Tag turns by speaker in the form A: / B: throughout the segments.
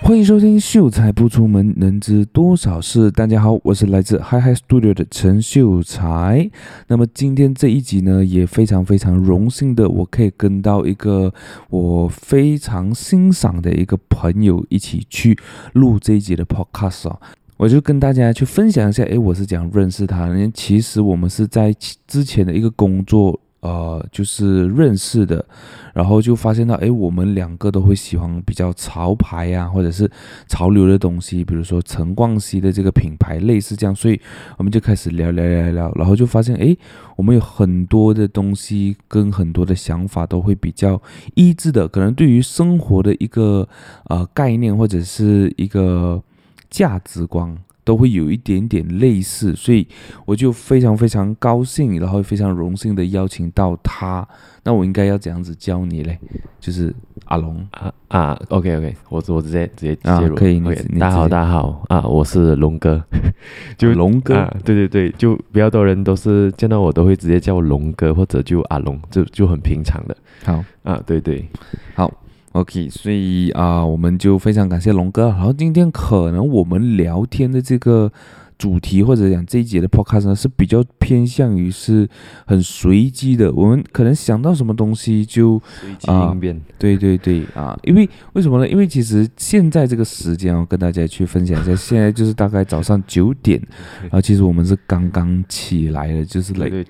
A: 欢迎收听《秀才不出门，能知多少事》。大家好，我是来自 Hi Hi Studio 的陈秀才。那么今天这一集呢，也非常非常荣幸的，我可以跟到一个我非常欣赏的一个朋友一起去录这一集的 podcast 哦。我就跟大家去分享一下，诶，我是怎样认识他的？因为其实我们是在其之前的一个工作，呃，就是认识的。然后就发现到，哎，我们两个都会喜欢比较潮牌呀、或者是潮流的东西，比如说陈冠希的这个品牌，类似这样，所以我们就开始聊聊聊聊，然后就发现，哎，我们有很多的东西跟很多的想法都会比较一致的，可能对于生活的一个呃概念或者是一个价值观。都会有一点点类似，所以我就非常非常高兴，然后非常荣幸的邀请到他，那我应该要怎样子教你嘞？就是阿龙，
B: 啊啊，OK OK，我我直接直接
A: 啊
B: 介入，
A: 可以你
B: o
A: 你
B: k 大家好，
A: 直接
B: 大家好啊，我是龙哥，就
A: 龙哥，
B: 啊，对对对，就比较多人都是见到我都会直接叫我龙哥或者就阿龙，就就很平常的
A: 好
B: 啊，对对，
A: ，OK，所以啊、我们就非常感谢龙哥。然后今天可能我们聊天的这个主题或者讲这一节的 podcast 呢，是比较偏向于是很随机的，我们可能想到什么东西就
B: 随
A: 机应
B: 变，
A: 对对对啊，因为为什么呢？因为其实现在这个时间哦，跟大家去分享一下，现在就是大概早上九点，然后其实我们是刚刚起来的，就是
B: 对
A: like
B: 对，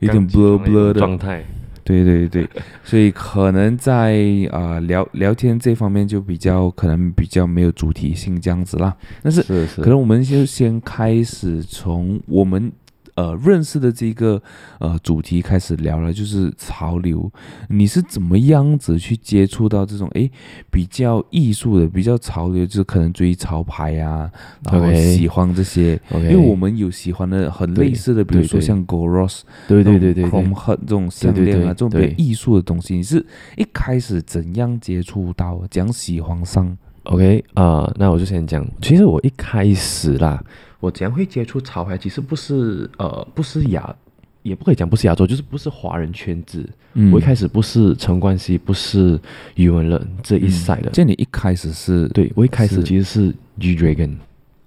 A: 有点 blur blur 的
B: 状态，
A: 对对对，所以可能在啊、呃聊聊天这方面就比较可能比较没有主题性这样子啦。但是
B: 是是，
A: 可能我们就先开始从我们呃认识的这个呃主题开始聊了，就是潮流，你是怎么样子去接触到这种诶比较艺术的、比较潮流，就是可能追潮牌啊，然后
B: OK
A: 喜欢这些。
B: OK，
A: 因为我们有喜欢的很类似的，比如
B: 对
A: 说
B: 对
A: 像 Goros，
B: 对对对对
A: c h r o
B: 对
A: m。h 这种项链啊，
B: 对对
A: 这
B: 对
A: 种比较
B: 对
A: 艺术的东西，你是一开始怎样接触到，怎样喜欢上？
B: OK 啊、那我就先讲。其实我一开始啦，我怎样会接触潮牌，其实不是呃，不是亚，也不可以讲不是亚洲，就是不是华人圈子。
A: 嗯
B: 我一开始不是陈冠希，不是余文乐这一赛
A: 嗯
B: 的。
A: 这你一开始是
B: 对，我一开
A: 是
B: 始其实是 G Dragon，、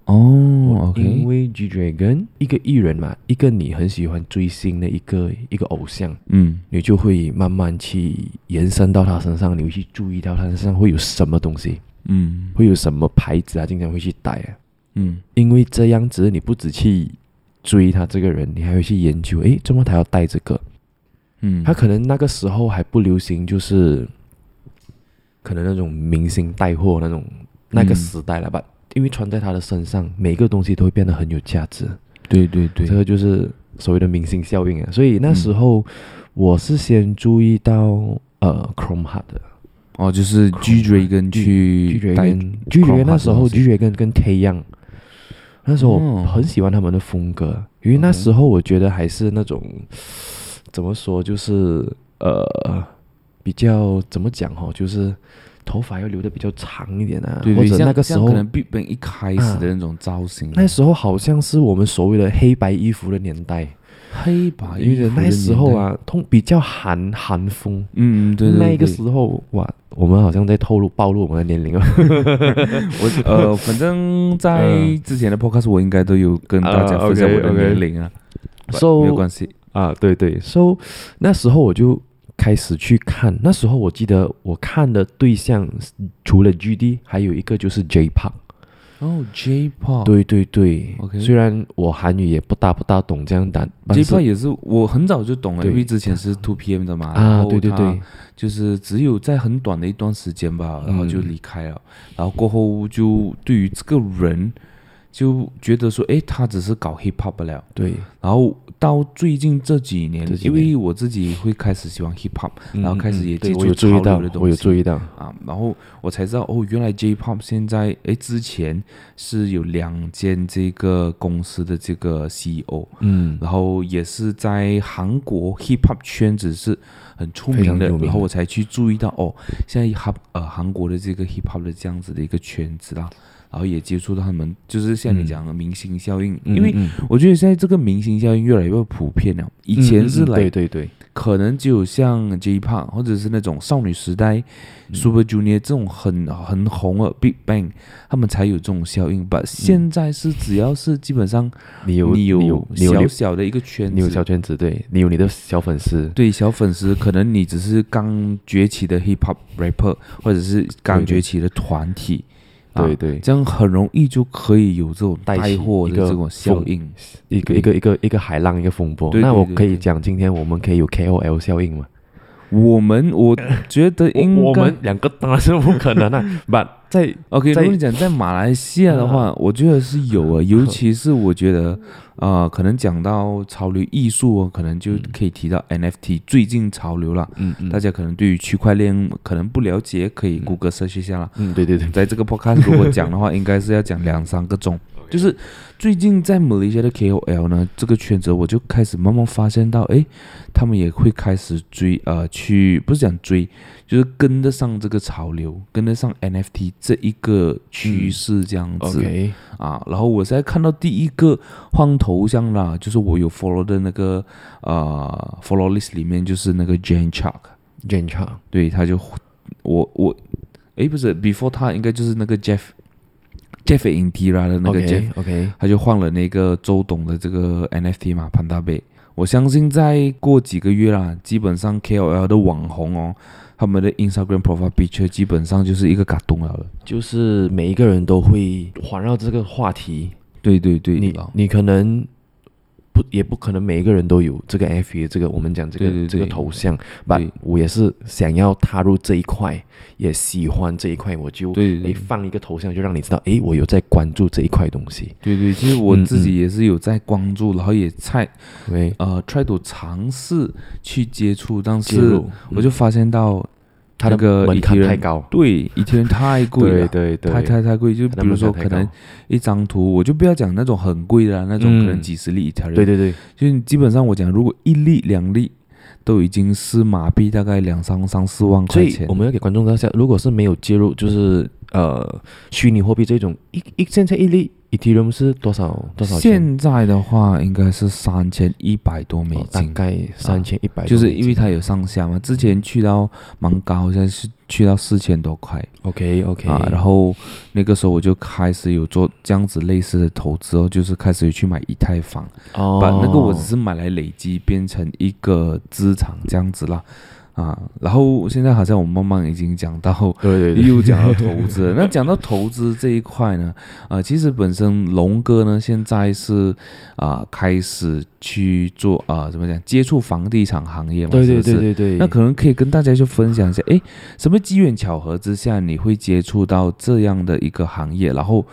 A: 哦，OK，
B: 因为 G Dragon 一个艺人嘛，一个你很喜欢追星的一个一个偶像，
A: 嗯
B: 你就会慢慢去延伸到他身上，你会去注意到他身上会有什么东西，
A: 嗯
B: 会有什么牌子啊，经常会去戴啊。
A: 嗯
B: 因为这样子，你不只去追他这个人，你还会去研究，诶，怎么他要戴这个？
A: 嗯，
B: 他可能那个时候还不流行，就是可能那种明星带货那种那
A: 嗯
B: 个时代了吧。因为穿在他的身上，每个东西都会变得很有价值。
A: 对对对嗯
B: 这，个就是所谓的明星效应啊。所以那时候我是先注意到呃 Chrome Heart 的
A: 哦，就是 G Dragon
B: 拒
A: 去
B: 绝
A: 带，
B: 跟拒绝
A: Chrome Heart
B: 那时候
A: 的东西
B: 拒绝跟跟 Tay Young，那时候
A: 哦
B: 我很喜欢他们的风格，因为那
A: OK
B: 时候我觉得还是那种怎么说，就是呃比较怎么讲哦，就是头发要留的比较长一点啊，
A: 对
B: 或
A: 对，
B: 者
A: 像
B: 那个时
A: 像
B: 候
A: 可能 Big Bang 一开始嗯的那种造型，啊
B: 那时候好像是我们所谓的黑白衣服的年代，
A: 黑白啊
B: 因
A: 衣服
B: 为
A: 的
B: 那时候
A: 年代，
B: 啊，通比较韩韩风。
A: 嗯嗯嗯对对，
B: 那一个
A: 对
B: 时候，哇，我们好像在透露暴露我们的年龄了。
A: 我呃，反正 在之前的 podcast 我应该都有跟大家分享我的年龄啊，
B: So
A: 没有关系。
B: 啊，对对，so 那时候我就开始去看，那时候我记得我看的对象是除了 GD，还有一个就是 J Park。
A: 哦，J-pop，
B: 对对对
A: OK
B: 虽然我韩语也不大不大懂这样但但是
A: ，J-pop 也是我很早就懂了，
B: 对
A: 因为之前是 Two PM 的嘛，然
B: 啊，
A: 后
B: 对对
A: 他
B: 对，
A: 就是只有在很短的一段时间吧，然后就
B: 嗯
A: 离开了，然后过后就对于这个人就觉得说，诶，他只是搞 hip hop 不了。
B: 对，
A: 然后到最近这几年，
B: 这几
A: 因
B: 年
A: 为我自己会开始喜欢 hip hop，
B: 嗯
A: 然后开始
B: 嗯
A: 也
B: 对
A: 接
B: 我
A: 触
B: 有注
A: 潮
B: 意
A: 流
B: 到
A: 的，东
B: 我有
A: 西
B: 注意到，
A: 啊，然后我才知道哦，原来 J-Pop 现在诶，之前是有两间这个公司的这个 E CEO，
B: 嗯，
A: 然后也是在韩国 Hip Hop 圈子是很出名
B: 非常
A: 的，
B: 有名
A: 然后我才去注意到哦，现在韩呃韩国的这个 Hip Hop 的这样子的一个圈子啦，然后也接触到他们，就是像你讲的明星效应，
B: 嗯
A: 因为
B: 嗯
A: 我觉得现在这个明星效应越来越普遍了。以前是
B: 嗯嗯嗯
A: 来
B: 对对对，
A: 可能只有像 J Park 或者是那种少女时代、
B: 嗯
A: Super Junior 这种很很红的 Big Bang，他们才有这种效应吧。现在是只要是基本上
B: 你嗯有
A: 你
B: 你
A: 有
B: 有你有
A: 小小的一个圈
B: 你有小
A: 子，
B: 圈子，对你有你的小粉丝，
A: 对小粉丝，可能你只是刚崛起的 Hip Hop rapper，或者是刚
B: 对对
A: 崛起的团体，啊
B: 对对，
A: 这样很容易就可以有这种
B: 带
A: 带
B: 起
A: 货
B: 一
A: 的
B: 个
A: 这种效
B: 风
A: 应。
B: 一个一个一个一个海浪，一个风波。
A: 对对
B: 那我
A: 对
B: 可以
A: 对
B: 讲，今天我们可以有 KOL 效应吗？
A: 我们我觉得应该
B: 我我们两个当然是不可能
A: 啊
B: 了，but 在
A: OK，如
B: 在
A: 果你讲在马来西亚的话， 我觉得是有啊，尤其是我觉得，呃，可能讲到潮流艺术哦，可能就可以提到 NFT 最近潮流了。
B: 嗯嗯
A: 大家可能对于区块链可能不了解，可以
B: 嗯
A: 谷歌 search 一下啦。
B: 嗯对对对，
A: 在这个 podcast 如果讲的话，应该是要讲两三个钟。就是最近在马来西亚的 KOL 呢这个圈子，我就开始慢慢发现到，诶，他们也会开始追呃，去不是讲追，就是跟得上这个潮流，跟得上 NFT 这一个趋势这样子、
B: 嗯 OK
A: 啊。然后我现在看到第一个换头像啦，就是我有 follow 的那个呃 follow list 里面就是那个 Jane Chuck，
B: Jane Chang
A: 对，他就我我，诶，不是，before 他应该就是那个 Jeff Jeff Intira 的那个 Jeff，、
B: OK OK
A: 他就换了那个周董的这个 NFT 嘛，潘大贝。我相信再过几个月啦，基本上 KOL 的网红哦，他们的 Instagram profile picture 基本上就是一个嘎咚了的。
B: 就是每一个人都会环绕这个话题，
A: 对对对，
B: 你
A: 老
B: 你可能不也不可能每一个人都有这个 F E，这个我们讲这个
A: 对对
B: 这个
A: 对
B: 头像，but 我也是想要踏入这一块，也喜欢这一块，我就
A: 对
B: 诶
A: 对
B: 放一个头像就让你知道，诶，我有在关注这一块东西。
A: 对对，其实我
B: 嗯
A: 自己也是有在关注，然后也在
B: 对，
A: 呃 try to 尝试去接触，但
B: 嗯介
A: 是
B: 入
A: 我就发现到
B: 它的
A: 那个
B: 门槛
A: Ethereum
B: 太高，
A: 对以前太贵了
B: 对。对对，
A: 太太太贵，就
B: 它的
A: 比如
B: 门槛
A: 说
B: 太
A: 可能
B: 高
A: 一张图，我就不要讲那种很贵的、啊、那种，
B: 嗯
A: 可能几十粒一条。
B: 对，对对，
A: 就是基本上我讲，如果一粒两粒都已经是马币大概两三三四万
B: 所
A: 块
B: 以
A: 钱
B: 我。们要给观众大家，如果是没有介入，就是呃虚拟货币这种，一一现在一粒 Ethereum 是多少多少钱？
A: 现在的话应该是三千一百多美
B: 哦大
A: 金，
B: 概三千一百，
A: 哦就是因为它有上下嘛。之前去到蛮高，现在是去到四千多块
B: OK OK
A: 啊。然后那个时候我就开始有做这样子类似的投资哦，就是开始有去买以太坊。
B: 哦
A: 把那个我只是买来累积变成一个资产这样子啦，啊，然后现在好像我慢慢已经讲到
B: 对对对，
A: 又讲到投资了，那讲到投资这一块呢，啊，其实本身龙哥呢现在是啊开始去做啊怎么讲接触房地产行业嘛，
B: 对
A: 是不是
B: 对对对对，
A: 那可能可以跟大家去分享一下，诶，什么机缘巧合之下你会接触到这样的一个行业，然后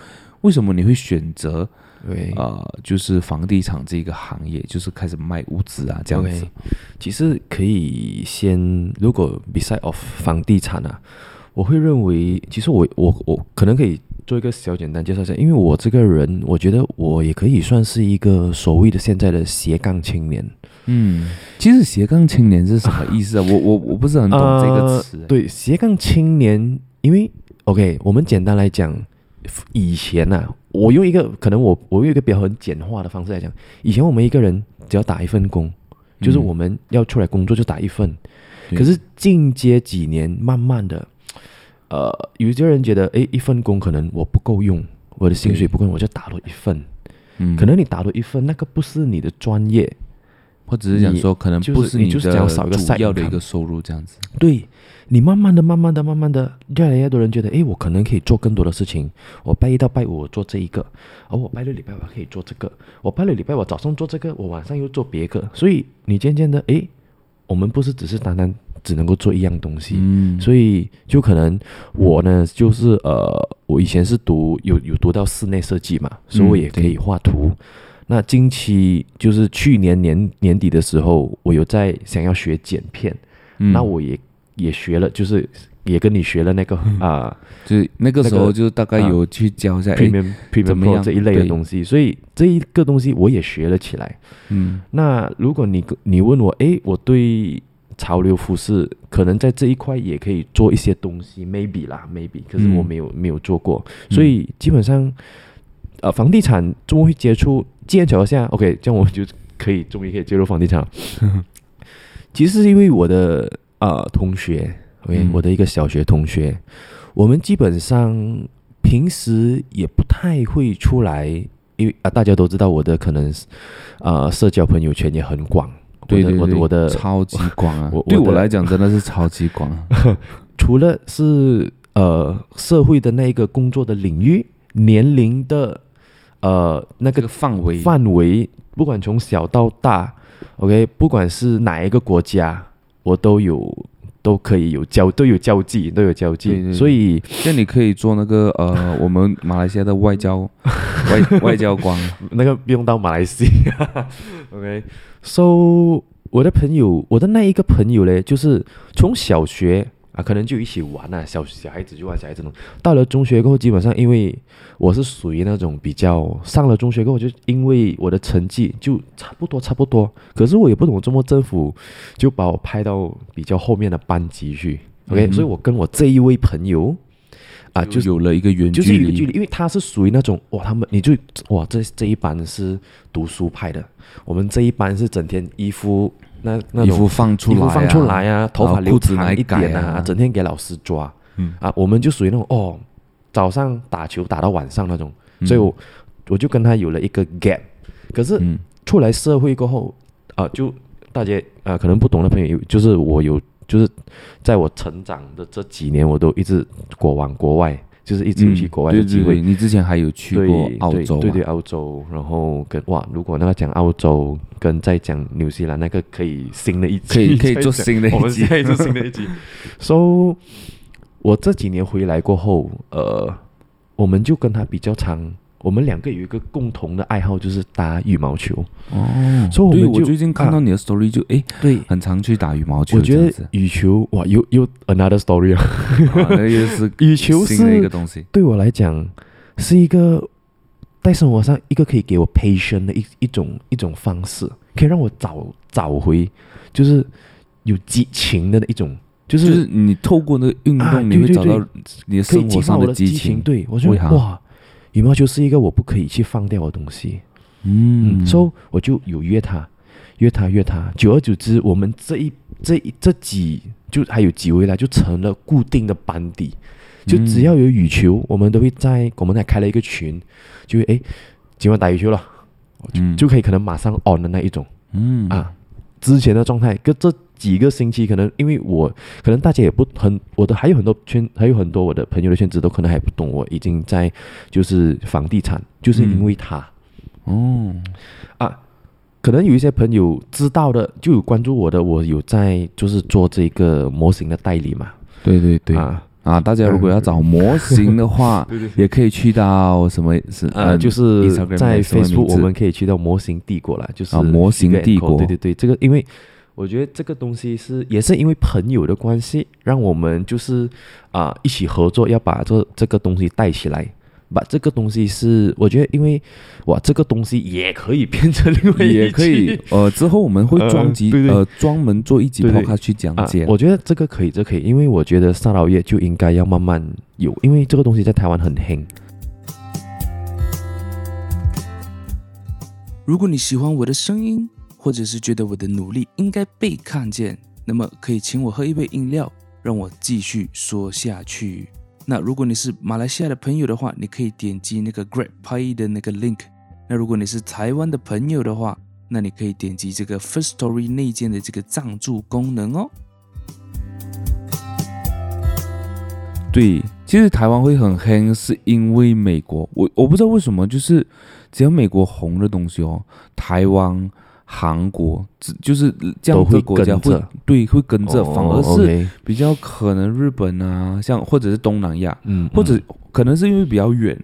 A: 为什么你会选择
B: 对
A: 呃，就是房地产这个行业，就是开始卖屋子啊，这样子
B: OK，。其实可以先，如果 beside of 房地产啊，我会认为，其实我我我可能可以做一个小简单介绍一下，因为我这个人，我觉得我也可以算是一个所谓的现在的斜杠青年。
A: 嗯，其实斜杠青年是什么意思啊？我我我不是很懂这个词、
B: 呃对，斜杠青年，因为 OK，我们简单来讲，以前呐、啊，我用一个可能我我用一个比较很简化的方式来讲，以前我们一个人只要打一份工，就是
A: 嗯
B: 我们要出来工作就打一份。
A: 对
B: 可是近接几年，慢慢的，呃，有些人觉得，诶，一份工可能我不够用，我的薪水
A: 对
B: 不够用，我就打多一份。
A: 嗯，
B: 可能你打多一份，那个不是你的专业，
A: 我只是讲说，可能
B: 就是
A: 不是
B: 你
A: 你
B: 就是
A: 的
B: 讲少一个
A: 主
B: side
A: 要的
B: income
A: 一个收入这样子。
B: 对你慢慢的、慢慢的、慢慢的，越来越多人觉得，诶，我可能可以做更多的事情。我拜一到拜五我做这一个，而我拜六礼拜我还可以做这个，哦我拜六礼拜我早上做这个，我晚上又做别个。所以你渐渐的，诶，我们不是只是单单只能够做一样东西，
A: 嗯，
B: 所以就可能我呢，就是呃，我以前是读有有读到室内设计嘛，所以我
A: 嗯
B: 也可以画图。那近期就是去年年年底的时候，我有在想要学剪片，
A: 嗯
B: 那我也也学了，就是也跟你学了那个
A: 嗯
B: 啊、
A: 就是那个时
B: 那
A: 候
B: 个
A: 就大概
B: 啊
A: 有去教一下，诶
B: premium premium
A: 哎怎么
B: pro
A: 样
B: 这一类的
A: 对
B: 东西，所以这一个东西我也学了起来。
A: 嗯
B: 那如果你你问我，诶，我对潮流服饰，可能在这一块也可以做一些东西，maybe 啦，maybe，可是我
A: 嗯
B: 没有、没有做过，
A: 嗯
B: 所以基本上，呃，房地产终于会接触，剑桥下，OK，这样我就可以终于可以接触房地 产了。其实是因为我的呃同学，OK，、
A: 嗯
B: 我的一个小学同学，我们基本上平时也不太会出来，因为啊、大家都知道我的可能是呃社交朋友圈也很广，
A: 对对对，
B: 我的我的我的
A: 超级广啊
B: 我我！
A: 对
B: 的
A: 我来讲真的是超级广 啊。
B: 除了是呃社会的那一个工作的领域、年龄的呃那
A: 这
B: 个
A: 个范围，
B: 范围，不管从小到大，OK，不管是哪一个国家，我都有都可以有交都有交际，都有交际，
A: 对对对
B: 所以
A: 这样你可以做那个呃，我们马来西亚的外交外 外交官，
B: 那个不用到马来西亚 ，OK，so、我的朋友，我的那一个朋友嘞，就是从小学啊，可能就一起玩啊，小小孩子就玩小孩子那种。到了中学过后，基本上因为我是属于那种比较上了中学过后，就因为我的成绩就差不多差不多，可是我也不懂怎么政府就把我派到比较后面的班级去。OK，、
A: 嗯哼
B: 所以我跟我这一位朋友啊，就
A: 就是有了一个远
B: 就是
A: 距
B: 有一个距
A: 离。
B: 离，因为他是属于那种哇，他们你就哇，这这一班是读书派的，我们这一班是整天衣服那那
A: 衣
B: 种
A: 服放出
B: 衣
A: 来、
B: 服
A: 啊，
B: 放出来啊，头
A: 然
B: 发
A: 后
B: 留
A: 裤子
B: 长
A: 拿
B: 一
A: 改
B: 点
A: 啊
B: 整天给老师抓，
A: 嗯
B: 啊，我们就属于那种哦，早上打球打到晚上那种，
A: 嗯
B: 所以我我就跟他有了一个 gap，可是
A: 嗯
B: 出来社会过后啊、就大家啊、可能不懂的朋友，就是我有，就是在我成长的这几年，我都一直国往国外，就是一直有去国外
A: 嗯
B: 的
A: 对
B: 机
A: 对
B: 会，
A: 对，你之前还有去过澳洲、啊，
B: 对对对澳洲，然后跟哇，如果那个讲澳洲跟再讲纽西兰那个可以新的一集，
A: 可 以可以做
B: 再讲
A: 新的
B: 我
A: 一
B: 们
A: 集
B: 现。在做新的 一集。so，我这几年回来过后，呃，我们就跟他比较常，我们两个有一个共同的爱好，就是打羽毛球。
A: 哦，
B: 所以我们
A: 对
B: 就
A: 我最近看到你的 story 就诶，
B: 对，
A: 很常去打羽毛球，
B: 我觉
A: 这样
B: 得
A: 子，
B: 羽球哇，又又 another story 啊！
A: 啊那个又是
B: 羽球
A: 新的一个
B: 是
A: 东西。
B: 对我来讲是一个在生活上一个可以给我 patient 的一一种一种方式，可以让我找找回就是有激情的那一种，就是
A: 就是你透过那个运
B: 啊
A: 动，你
B: 对
A: 会
B: 对
A: 找
B: 对
A: 到你的
B: 可以
A: 生
B: 激
A: 活
B: 发
A: 上
B: 我的
A: 激
B: 情。
A: 情。
B: 对我觉
A: 为
B: 得
A: 啥
B: 哇，羽毛球是一个我不可以去放掉的东西。
A: 嗯，
B: 所以我就有约他，约他，约他。久而久之，我们这一这一这几就还有几位啦，就成了固定的班底。就
A: 嗯
B: 只要有羽球，我们都会在我们还开了一个群，就会诶，今晚打羽球了，
A: 嗯
B: 就可以可能马上 on 的那一种
A: 嗯
B: 啊。之前的状态跟这几个星期，可能因为我可能大家也不很我的还有很多圈，还有很多我的朋友的圈子都可能还不懂，我已经在就是房地产，就是因
A: 嗯
B: 为他。
A: 哦，
B: 啊，可能有一些朋友知道的，就有关注我的，我有在就是做这个模型的代理嘛。
A: 对对对
B: 啊，
A: 啊！大家如果要找模型的
B: ，
A: 话
B: 对对
A: 也可以去到什么是嗯
B: 呃，就是是
A: Instagram
B: 在
A: 的什么名
B: Facebook 我
A: 字
B: 们可以去到模型帝国啦，就是
A: 啊模型
B: Figure and
A: 帝
B: Co，对
A: 国
B: 对对，这个因为我觉得这个东西是也是因为朋友的关系，让我们就是啊、一起合作，要把这这个东西带起来。把这个东西是，我觉得，因为哇，这个东西也可以变成另外一
A: 也可
B: 集
A: 以呃，之后我们会
B: 呃
A: 专辑
B: 对对
A: 呃专门做一集
B: 对对
A: podcast 去讲解
B: 啊。。我觉得这个可以，这可以，因为我觉得萨劳业就应该要慢慢有，因为这个东西在台湾很兴。
C: 如果你喜欢我的声音，或者是觉得我的努力应该被看见，那么可以请我喝一杯饮料，让我继续说下去。那如果你是马来西亚的朋友的话，你可以点击那个 Grab Pay 的那个 link。那如果你是台湾的朋友的话，那你可以点击这个 First Story 内建的这个赞助功能哦。
A: 对，其实台湾会很黑，是因为美国。我我不知道为什么，就是只要美国红的东西哦，台湾、韩国，只就是这
B: 都
A: 样
B: 会
A: 的国家
B: 跟
A: 会
B: 着
A: 对会跟着，嗯反而
B: 哦
A: 是
B: ，OK，
A: 比较可能日本啊，像或者是东南亚，
B: 嗯，
A: 或者
B: 嗯
A: 可能是因为比较远，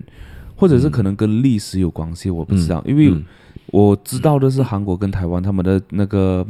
A: 或者是
B: 嗯
A: 可能跟历史有关系，啊我不知道，因为
B: 嗯
A: 我知道的是韩国跟台湾他们的那个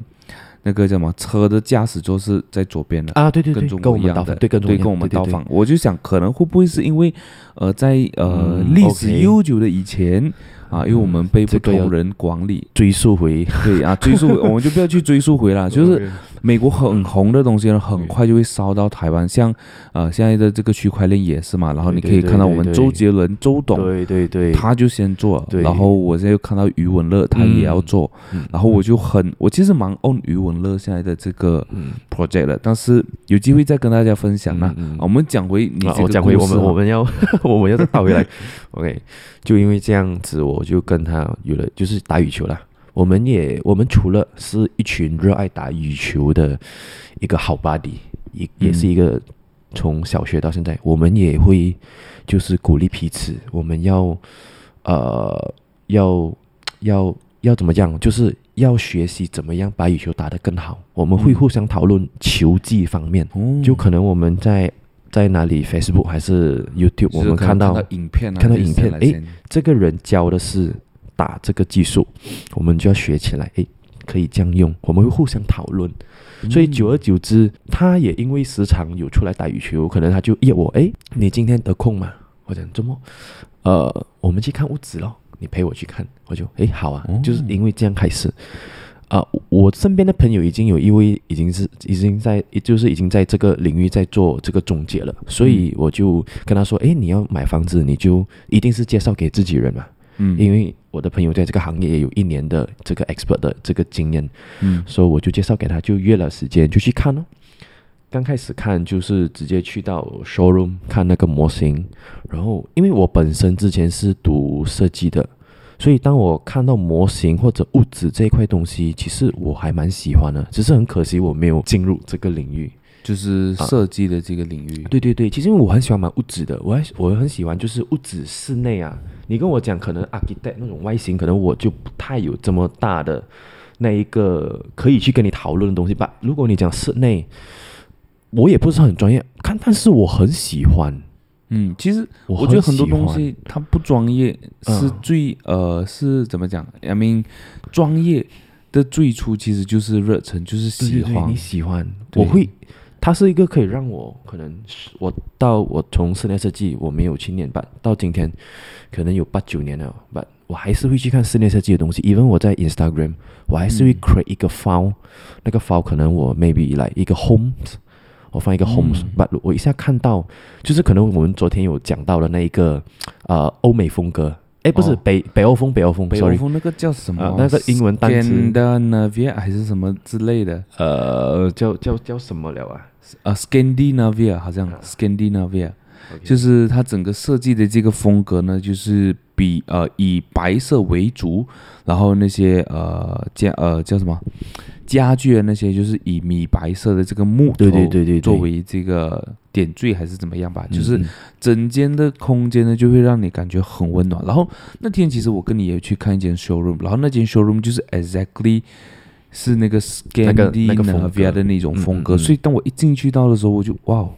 A: 那个叫什么车的驾驶座是在左边的。
B: 啊，对对对，
A: 跟中
B: 跟我
A: 国一
B: 们倒
A: 样
B: 反，
A: 的，
B: 对，跟中国
A: 对跟我们倒
B: 反
A: 反，我就想可能会不会是因为，呃，在呃
B: 嗯
A: 历史
B: OK
A: 悠久的以前，啊，因为我们被不
B: 这个要
A: 同人管理，
B: 追溯回
A: 对啊，追 溯我们就不要去追溯回了， 就是美国很红的东西呢，
B: 嗯
A: 很快就会烧到台湾，像呃现在的这个区块链也是嘛，然后
B: 对
A: 你
B: 对
A: 可以看到
B: 对
A: 我们
B: 对
A: 周杰伦周董。
B: 对对对，
A: 他就先做，
B: 对
A: 然后我现在又看到余文乐他也要做，
B: 嗯
A: 然后我就很，我其实蛮 on 余文乐现在的这个
B: 嗯
A: project 的，但是有机会再跟大家分享啦。
B: 嗯嗯
A: 啊我们讲回你这
B: 啊
A: 个、
B: 我讲回我们我，们要 我们要再倒回来，OK，就因为这样子，我就跟他有了就是打羽球啦。我们也我们除了是一群热爱打羽球的一个好 buddy，也也是
A: 嗯
B: 一个从小学到现在，我们也会就是鼓励彼此，我们要呃要要要怎么样，就是要学习怎么样把羽球打得更好。我们会
A: 嗯
B: 互相讨论球技方面。
A: 哦、
B: 就可能我们在在哪里 Facebook 还是 YouTube，
A: 就是
B: 我们
A: 可能
B: 看到
A: 影片、啊，
B: 看到影片
A: 接下来先，
B: 这个人教的是打这个技术，我们就要学起来，诶，可以这样用，我们会互相讨论。所
A: 嗯
B: 以久而久之，他也因为时常有出来打羽球，可能他就约我，诶，你今天得空吗？我讲周末，呃，我们去看屋子咯，你陪我去看，我就诶，好啊，
A: 哦
B: 就是因为这样开始。啊、我身边的朋友已经有一位已经是已经在，就是已经在这个领域在做这个总结了，所以我就跟他说，诶，你要买房子，你就一定是介绍给自己人嘛，
A: 嗯，
B: 因为我的朋友在这个行业也有一年的这个 expert 的这个经验，
A: 嗯
B: 所以我就介绍给他，就约了时间就去看咯。刚开始看就是直接去到 showroom 看那个模型，然后因为我本身之前是读设计的，所以当我看到模型或者物质这一块东西，其实我还蛮喜欢的，只是很可惜我没有进入这个领域。
A: 就是
B: 啊
A: 设计的这个领域，
B: 对对对，其实因为我很喜欢买物质的，我还我很喜欢就是物质室内啊。你跟我讲可能 architect 那种外形，可能我就不太有这么大的那一个可以去跟你讨论的东西吧。如果你讲室内，我也不是很专业，看，但是我很喜欢。
A: 嗯，其实
B: 我
A: 我觉得很
B: 喜
A: 多东
B: 欢
A: 西它不专业
B: 嗯
A: 是最、呃是怎么讲？I mean，专业的最初其实就是热忱，就是
B: 对
A: 喜
B: 对对
A: 欢
B: 你。喜欢，
A: 对
B: 我会，它是一个可以让我可能是我到我从室内设计我没有去念吧，到今天可能有八九年了吧，but 我还是会去看室内设计的东西。even 我在 Instagram，我还是会
A: 嗯
B: create 一个 file，、那个 file 可能我 maybe 来、一个 home。我放一个 home，
A: 嗯
B: but 我一下看到，就是可能我们昨天有讲到的那一个，呃，欧美风格，诶，不是、
A: 哦
B: 北北欧风，北欧风
A: 北欧
B: ，sorry，
A: 风那个叫什么？
B: 啊那个英文单词
A: Scandinavia 还是什么之类的？
B: 呃，叫叫叫什么了啊？
A: 啊，Scandinavia 好像 Scandinavia，
B: OK
A: 就是它整个设计的这个风格呢，就是比呃以白色为主，然后那些呃家呃叫什么家具啊那些，就是以米白色的这个木头
B: 对对对对对
A: 作为这个点缀还是怎么样吧，就是
B: 嗯嗯
A: 整间的空间呢就会让你感觉很温暖。然后那天其实我跟你也去看一间 showroom，然后那间 showroom 就是 exactly 是那个
B: 那个那个风
A: Scandinavia
B: 格
A: 的那种风
B: 嗯
A: 格，
B: 嗯嗯
A: 所以当我一进去到的时候，我就哇哦，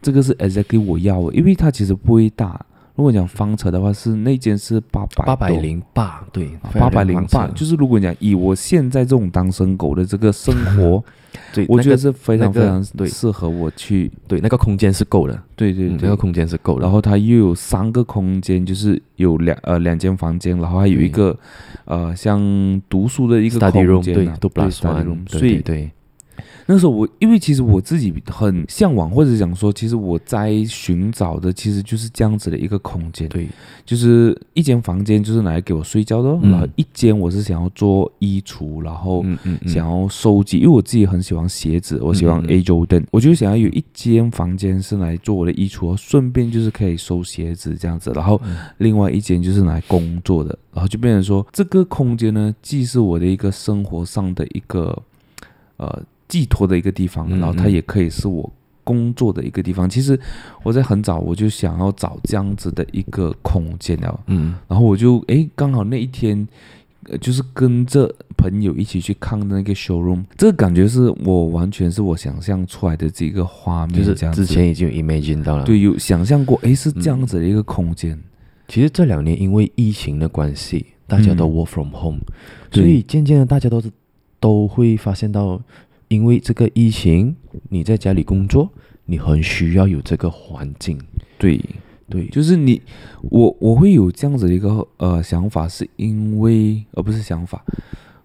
A: 这个是 exactly 我要的，因为它其实不会大。如果讲方尺的话，是那间是八百
B: 八百零八，对，
A: 八百零八，就是如果你讲以我现在这种单身狗的这个生活，
B: 对，
A: 我觉得
B: 那个
A: 是非常
B: 那个
A: 非常
B: 对
A: 适合我去，
B: 对那个空间是够的，
A: 对对
B: 嗯
A: 对，
B: 那个空间是够的。
A: 然后它又有三个空间，就是有两呃两间房间，然后还有一
B: 对
A: 个呃像读书的一个
B: 嗯 study
A: 空
B: room
A: 间
B: 对
A: 啊、
B: 都 plus
A: study
B: one，
A: room。
B: 对
A: 所以
B: 对
A: 那时候我因为其实我自己很向往，或者讲说，其实我在寻找的其实就是这样子的一个空间
B: 对，对，
A: 就是一间房间就是拿来给我睡觉的哦、
B: 嗯
A: 然后一间我是想要做衣橱，然后
B: 嗯嗯嗯
A: 想要收集，因为我自己很喜欢鞋子，我喜欢
B: 嗯嗯嗯
A: A Jordan，、我就想要有一间房间是来做我的衣橱，顺便就是可以收鞋子这样子，然后
B: 嗯
A: 另外一间就是拿来工作的，然后就变成说这个空间呢，既是我的一个生活上的一个呃寄托的一个地方，
B: 嗯嗯
A: 然后它也可以是我。工作的一个地方，其实我在很早我就想要找这样子的一个空间了，
B: 嗯
A: 然后我就诶，刚好那一天，呃，就是跟着朋友一起去看那个 showroom，这个感觉是我完全是我想象出来的这个画面，
B: 就是
A: 这样
B: 之
A: 子。
B: 前已经有 imagine 到了。，
A: 对，有想象过，诶，是这样子的一个空间，
B: 其实这两年因为疫情的关系，大家都
A: 嗯
B: work from home，
A: 对
B: 所以渐渐的大家都是都会发现到，因为这个疫情，你在家里工作，你很需要有这个环境。
A: 对，
B: 对，
A: 就是你，我我会有这样子一个呃想法，是因为呃不是想法，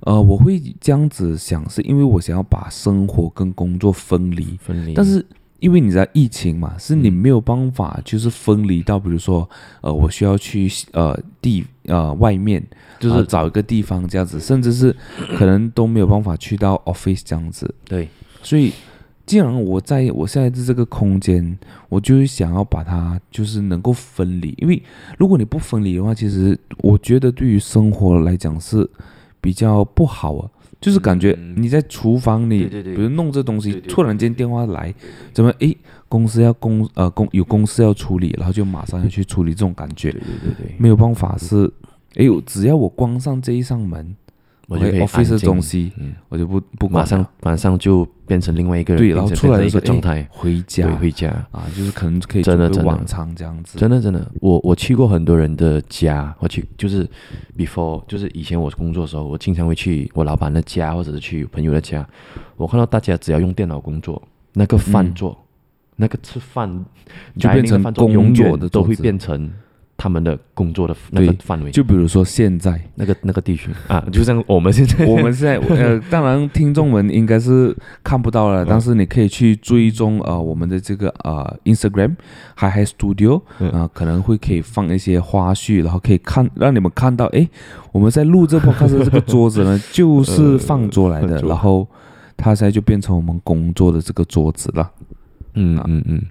A: 呃我会这样子想，是因为我想要把生活跟工作分离，
B: 分离。
A: 但是因为你在疫情嘛，是你
B: 嗯
A: 没有办法就是分离到，比如说呃我需要去呃地呃外面，
B: 就是、
A: 呃找一个地方这样子，甚至是可能都没有办法去到 office 这样子，
B: 对，
A: 所以，既然我在我现在的这个空间，我就想要把它就是能够分离，因为如果你不分离的话，其实我觉得对于生活来讲是比较不好啊。就是感觉
B: 嗯
A: 你在厨房里，
B: 对对对
A: 比如弄这东西，
B: 对对对
A: 突然间电话来，怎么诶，公司要公呃公有公司要处理，然后就马上要去处理，这种感觉
B: 对对对对，
A: 没有办法是，
B: 嗯
A: 诶，我只要我关上这一扇门，
B: 我就可以
A: office 的
B: 安静
A: 东西，
B: 嗯，
A: 我就不不管
B: 马上
A: 了
B: 马上就变成另外一个人，
A: 对，然后
B: 变成
A: 出来的
B: 变成一
A: 时候
B: 个状
A: 诶
B: 态，
A: 回家
B: 对，回哎家。
A: 啊，就是可能可以
B: 真的
A: 准备
B: 真的
A: 往常这样子，
B: 真的真的，我我去过很多人的家，我去就是 before 就是以前我工作的时候，我经常会去我老板的家或者是去朋友的家，我看到大家只要用电脑工作，那个饭
A: 嗯
B: 桌，那个吃饭
A: 就
B: dining
A: 变成
B: 的饭桌
A: 工
B: 永
A: 作
B: 远
A: 的
B: 都
A: 桌
B: 会
A: 子
B: 变成他们的工作的那个
A: 对
B: 范围，
A: 就比如说现在，
B: 那个那个地区啊，就像我们现 在
A: 我们现在呃，当然听众们应该是看不到了，但是你可以去追踪呃我们的这个呃 Instagram Hi Hi Studio
B: 嗯
A: 啊、可能会可以放一些花絮，然后可以看让你们看到，诶，我们在录这 podcast 的这个桌子呢，就是放 桌来
B: 放
A: 的，
B: 桌
A: 然后它现在就变成我们工作的这个桌子了。
B: 嗯
A: 啊
B: 嗯嗯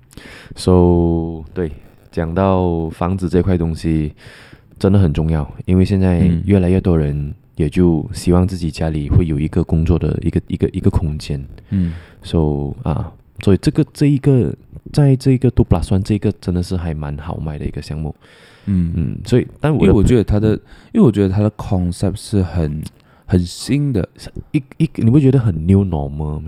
B: ，so 对，讲到房子这块东西真的很重要，因为现在
A: 嗯
B: 越来越多人也就希望自己家里会有一个工作的一个一个一个空间
A: 嗯，
B: ，so 啊，所以这个这一个在这个杜布拉算这个真的是还蛮好卖的一个项目，
A: 嗯
B: 嗯，所以但我
A: 因为
B: 的
A: 我觉得它的，因为我觉得它的 concept 是很很新的，
B: 一一个你不觉得很 new normal 吗？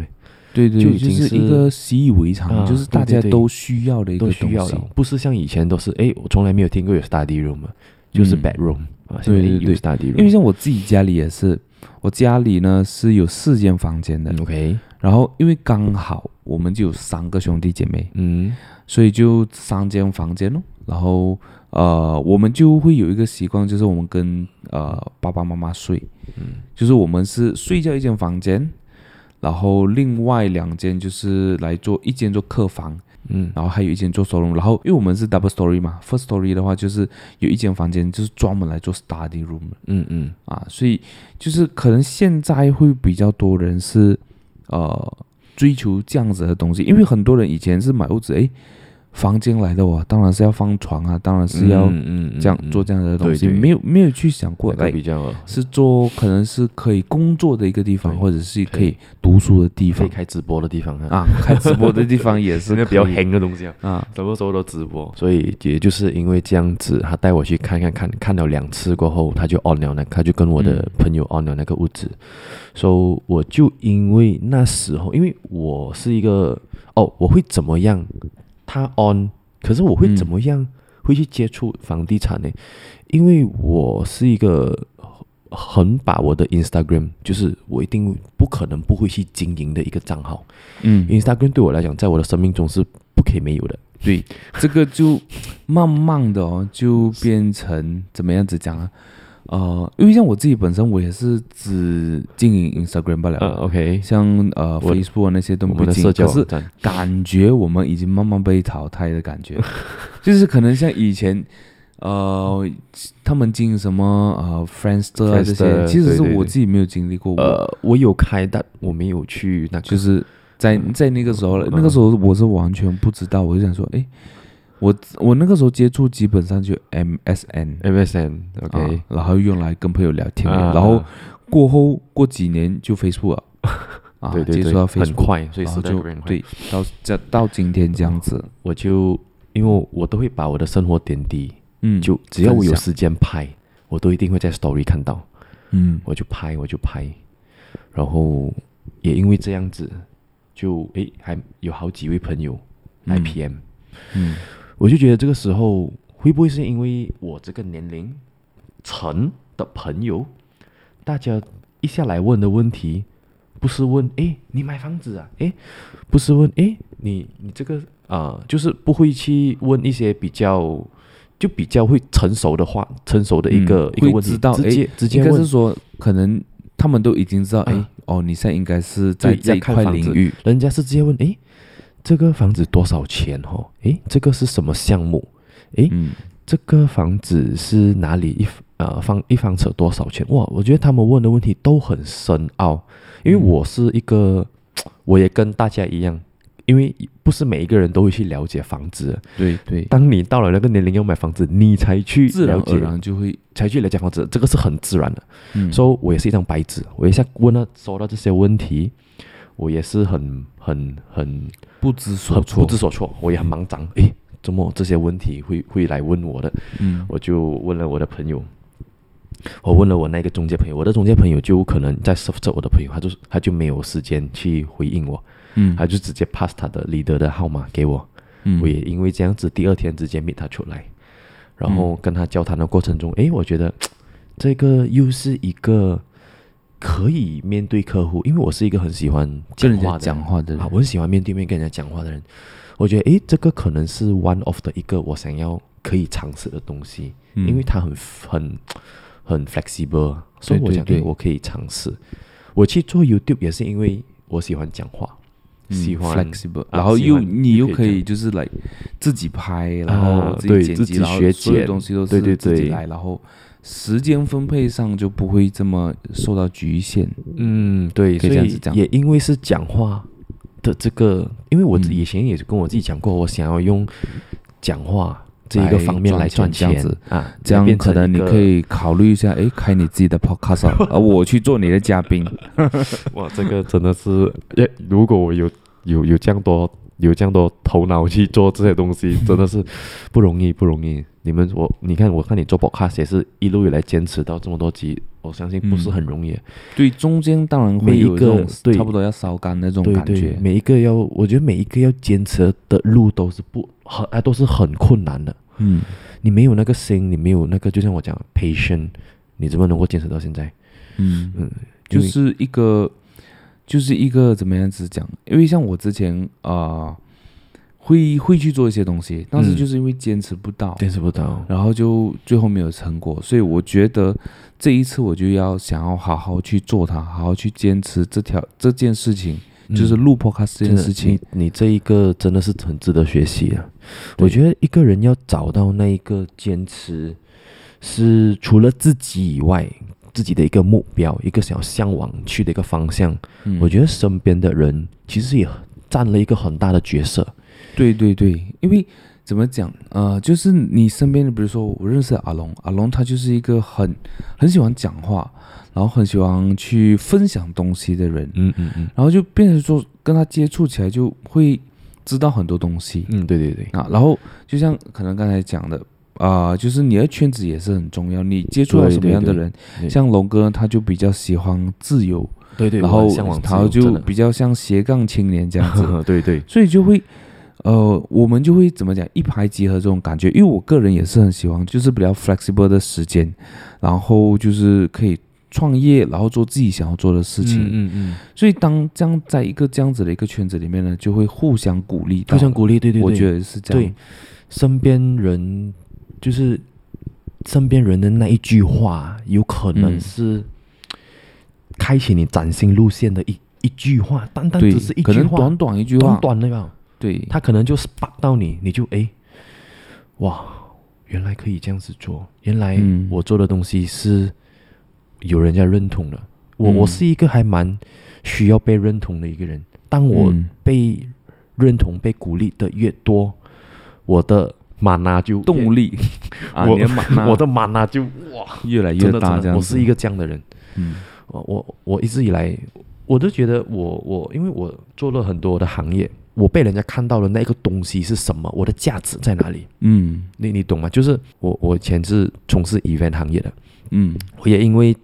A: 对对，
B: 就
A: 就
B: 已经
A: 是
B: 是
A: 一个习以为常，
B: 啊
A: 就是大
B: 对
A: 家
B: 对对
A: 都需要的一个
B: 都
A: 东
B: 需要
A: 西
B: 的。，不是像以前都是诶，我从来没有听过有 study room，啊就是
A: 嗯
B: bedroom、啊，现
A: 对
B: 在
A: 对
B: 有
A: 对
B: study room，
A: 因为像我自己家里也是，我家里呢是有四间房间的
B: 嗯，OK，
A: 然后因为刚好我们就有三个兄弟姐妹，
B: 嗯。
A: 所以就三间房间咯。然后呃，我们就会有一个习惯，就是我们跟呃爸爸妈妈睡，
B: 嗯，
A: 就是我们是睡觉一间房间，然后另外两间就是来做一间做客房，
B: 嗯
A: 然后还有一间做收容。然后因为我们是 double story 嘛，first story 的话就是有一间房间就是专门来做 study room 的
B: 嗯嗯，
A: 啊，所以就是可能现在会比较多人是呃追求这样子的东西，因为很多人以前是买屋子，诶，房间来的哦哇，当然是要放床啊，当然是要
B: 嗯
A: 这样、做这样的东西，
B: 对对
A: 没有没有去想过
B: 过
A: 来
B: 来。比较
A: 是做可能是可以工作的一个地方，
B: 对
A: 或者是可
B: 可以
A: 以读书的地
B: 可
A: 方
B: 以开直播的地方啊，
A: 啊，开直播的地方也是
B: 真的比较
A: 可以
B: 黑的东西啊，
A: 啊，
B: 什么时候都直播，所以也就是因为这样子，他带我去看看看，看了两次过后，他就 on 了那，他就跟我的
A: 嗯
B: 朋友 on 了那个屋子，所、以我就因为那时候，因为我是一个哦，我会怎么样，他 on，可是我会
A: 嗯
B: 怎么样、会去接触房地产呢？因为我是一个很把我的 Instagram，就是我一定不可能不会去经营的一个账号。
A: 嗯，
B: Instagram 对我来讲，在我的生命中是不可以没有的。
A: 对，这个就慢慢的哦，就变成怎么样子讲啊？呃，因为像我自己本身，我也是只经营 Instagram 罢了，
B: ，OK，
A: 像呃
B: 嗯我
A: Facebook 那些都
B: 我
A: 不
B: 们的
A: 经营。
B: 社交
A: 可是呃
B: 站
A: 感觉我们已经慢慢被淘汰的感 觉，就是可能像以前，呃，他们经营什么呃 Friendster 啊这些，
B: Friendster，
A: 其实是
B: 对对
A: 我
B: 对
A: 自己没有经历过，我
B: 呃，我有开，但我没有去那个，
A: 就是在在那个时候了，
B: 嗯
A: 那个时候我是完全不知道，我就想说，哎，我我那个时候接触基本上就 MSN。
B: MSN，OK，、
A: 啊，然后用来跟朋友聊天的，
B: 啊
A: 然后过后过几年就 Facebook 了，啊，
B: 对对
A: 接
B: 对，
A: 触到
B: 很
A: Facebook，
B: 快，所以
A: 然
B: 是
A: 后就
B: 很快。
A: 对，到这到今天这样子，
B: 我就因为我都会把我的生活点滴，
A: 嗯，
B: 就只要我有
A: 分享
B: 时间拍，我都一定会在 Story 看到。
A: 嗯
B: 我就拍，我就拍，然后也因为这样子，就诶还有好几位朋友来
A: 嗯
B: PM，、
A: 嗯
B: 我就觉得这个时候会不会是因为我这个年龄层的朋友，大家一下来问的问题不是问诶你买房子啊，诶，不是问诶你你这个啊、就是不会去问一些比较就比较会成熟的话，成熟的一个、
A: 嗯
B: 一个
A: 会
B: 问题，
A: 知道
B: 直
A: 诶
B: 接直
A: 应
B: 接
A: 该是
B: 问。
A: 说，可能他们都已经知道，哎、
B: 啊
A: 哦，你现在应该是在
B: 对
A: 这
B: 要
A: 一
B: 看
A: 块
B: 房
A: 领
B: 子
A: 域，
B: 人家是直接问，诶，这个房子多少钱哦？诶，这个是什么项目？诶，
A: 嗯，
B: 这个房子是哪里一呃方一方尺多少钱？哇，我觉得他们问的问题都很深奥，因为
A: 嗯
B: 我是一个，我也跟大家一样，因为不是每一个人都会去了解房子。
A: 对对，
B: 当你到了那个年龄要买房子，你才去
A: 自然
B: 了
A: 而
B: 解，
A: 然就会，
B: 才去了解房子，这个是很自然的。
A: 嗯，
B: 所以我也是一张白纸，我一下问到收到这些问题，我也是很很很
A: 不知所
B: 很
A: 措，
B: 不知所措，我也很茫然，诶，怎么这些问题会会来问我的？
A: 嗯，
B: 我就问了我的朋友，我问了我那个中介朋友，我的中介朋友就可能在 serve 着我的朋友，他就他就没有时间去回应我，
A: 嗯，
B: 他就直接 pass 他的 leader 的号码给我，
A: 嗯
B: 我也因为这样子，第二天直接 meet 他出来，然
A: 嗯
B: 后跟他交谈的过程中，诶，我觉得这个又是一个可以面对客户，因为我是一个很喜欢
A: 跟
B: 讲
A: 人家
B: 话的人
A: 讲话的人
B: 啊，，我很喜欢面对面跟人家讲话的人。我觉得，诶，这个可能是 one of 的一个我想要可以尝试的东西，
A: 嗯
B: 因为它很很很 flexible，所以我
A: 对
B: 想，
A: 对
B: 诶，我可以尝试。我去做 YouTube 也是因为我喜欢讲话，
A: 嗯
B: 喜欢
A: flexible，
B: 啊
A: 然后
B: 喜
A: 又
B: 欢
A: 你又可
B: 可以这
A: 以
B: 样
A: 就是来自己拍，然
B: 啊
A: 后自
B: 对
A: 己剪
B: 自
A: 辑，
B: 己
A: 然后
B: 学
A: 所有
B: 剪
A: 东西都
B: 对
A: 是
B: 对
A: 自己
B: 对
A: 来，然后时间分配上就不会这么受到局限，
B: 嗯，对，
A: 可
B: 所
A: 以这样子讲
B: 也因为是讲话的这个，因为我
A: 嗯
B: 以前也是跟我自己讲过，我想要用讲话这一
A: 来
B: 个方面
A: 赚
B: 来
A: 钱
B: 赚
A: 这样子
B: 啊，
A: 这
B: 来
A: 样
B: 变
A: 可
B: 成
A: 能
B: 一
A: 你
B: 个
A: 可以考虑一下，诶，开你自己的 podcast 啊， 而我去做你的嘉宾，
B: 哇，这个真的是，诶，如果我有有有这样多有这样多头脑去做这些东西，真的是不容易，不容易。你们我你看，我看你做 podcast 也是一路以来坚持到这么多集，我相信不是
A: 嗯
B: 很容易。
A: 对，中间当然
B: 每
A: 会
B: 一
A: 有这
B: 个
A: 种
B: 对
A: 差不多要烧干那种
B: 对
A: 感
B: 对
A: 觉，，
B: 每一个要，我觉得每一个要坚持的路都是不很啊，都是很困难的。
A: 嗯，
B: 你没有那个心，你没有那个，就像我讲 patient，你怎么能够坚持到现在？
A: 嗯
B: 嗯，
A: 就
B: 因为
A: 是一个，就是一个怎么样子讲？因为像我之前啊、呃会会去做一些东西，但是
B: 嗯
A: 就是因为坚持不到，
B: 坚持不到。
A: 然后就最后没有成果，所以我觉得这一次我就要想要好好去做它，好好去坚持这条这件事情，就是
B: 嗯
A: 录 podcast 这件
B: 真的
A: 事情。
B: 你你这一个真的是很值得学习啊！
A: 对
B: 我觉得一个人要找到那一个坚持，是除了自己以外，自己的一个目标，一个想要向往去的一个方向。
A: 嗯
B: 我觉得身边的人其实也占了一个很大的角色。
A: 对对对，因为怎么讲，呃，就是你身边的，比如说我认识的阿龙，阿龙他就是一个很很喜欢讲话，然后很喜欢去分享东西的人，
B: 嗯嗯嗯
A: 然后就变成说跟他接触起来就会知道很多东西
B: 嗯，对对对，
A: 啊。然后就像可能刚才讲的。啊、就是你的圈子也是很重要，你接触到
B: 对
A: 什么
B: 对
A: 样的
B: 对
A: 人，
B: 对
A: 像龙哥他就比较喜欢自由，
B: 对对，
A: 然
B: 我
A: 后
B: 很向往自
A: 他
B: 由
A: 就
B: 真的
A: 比 较像斜杠青年这 样子，
B: 对对，
A: 所以就会，呃，我们就会怎么讲，一拍即合这种感觉。因为我个人也是很喜欢，就是比较 flexible 的时间，然后就是可以创业，然后做自己想要做的事情。
B: 嗯嗯
A: 所以当这样在一个这样子的一个圈子里面呢，就会互相鼓励
B: 嗯，，互相鼓励，对
A: 励
B: 对对，
A: 我觉得是这样
B: 对。身边人就是身边人的那一句话，有可能
A: 嗯
B: 是开启你崭新路线的一一句话，单单只是一
A: 可
B: 句
A: 能
B: 话，
A: 短短一句话
B: 短，短的吧，
A: 对，
B: 他可能就 spark 到你，你就诶，哇，原来可以这样子做，原来
A: 嗯
B: 哎我做的东西是有人家认同的。我、
A: 嗯
B: 我是一个还蛮需要被认同的一个人，当我
A: 嗯
B: 被认同、被鼓励的越多，我的马拿就越
A: 动力 啊，
B: 我
A: 你的马那
B: 我的马拿就哇，
A: 越来
B: 真
A: 越
B: 的
A: 大，
B: 真
A: 这
B: 的，
A: 样
B: 我
A: 子
B: 是一个这样的人。
A: 嗯
B: 我我我一直以来，我都觉得我我因为我做了很多的行业，我被人家看到了那个东西是什么，我的价值在哪里，
A: 嗯
B: 你你懂吗？就是我我以前是从事 event 行业的，
A: 嗯
B: 我也因为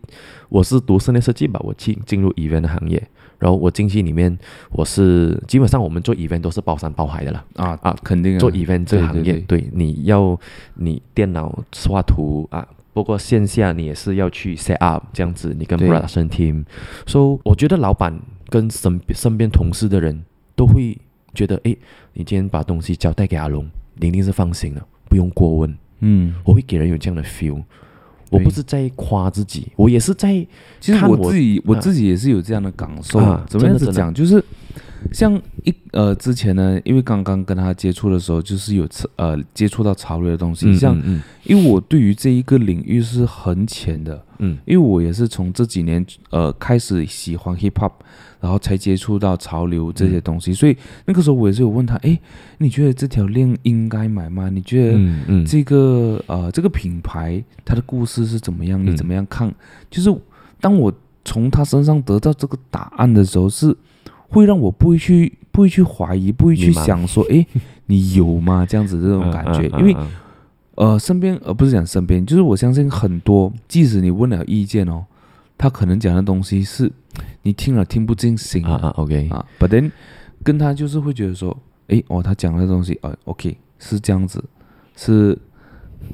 B: 我是读室内设计吧，我进进入 event 的行业，然后我进去里面，我是基本上我们做 event 都是包山包海的啦。
A: 啊
B: 啊
A: 肯定啊
B: 做 event 这个
A: 对
B: 行业，对你要你电脑画图啊，包括线下你也是要去 set up 这样子，你跟
A: 对
B: production team，so 我觉得老板跟身身边同事的人都会觉得，诶，你今天把东西交代给阿龙，你一定是放心了，不用过问。
A: 嗯，
B: 我会给人有这样的 feel。我不是在夸自己，我也是在
A: 其实
B: 看
A: 我
B: 我
A: 自己我
B: 啊
A: 自己也是有这样的感受。
B: 啊
A: 怎么样
B: 真的
A: 子
B: 真的
A: 讲，就是像一呃之前呢，因为刚刚跟他接触的时候，就是有呃接触到潮流的东西，像
B: 嗯嗯
A: 因为我对于这一个领域是很浅的，
B: 嗯
A: 因为我也是从这几年呃开始喜欢 hip hop，然后才接触到潮流这
B: 嗯
A: 些东西，所以那个时候我也是有问他，诶，你觉得这条链应该买吗？你觉得
B: 嗯嗯，
A: 这个、呃这个品牌它的故事是怎么样？
B: 嗯
A: 你怎么样看？就是当我从他身上得到这个答案的时候，是会让我不会去不会去怀疑，不会去
B: 明白嗯
A: 想说，诶，你有吗？这样子这
B: 这
A: 种感觉，因为呃，身边呃不是讲身边，就是我相信很多，即使你问了意见哦，他可能讲的东西是你听了听不进心
B: 啊啊
A: 的
B: OK，
A: 啊，but then 跟他就是会觉得说，诶，哦，他讲的东西，呃，OK 是这样子，是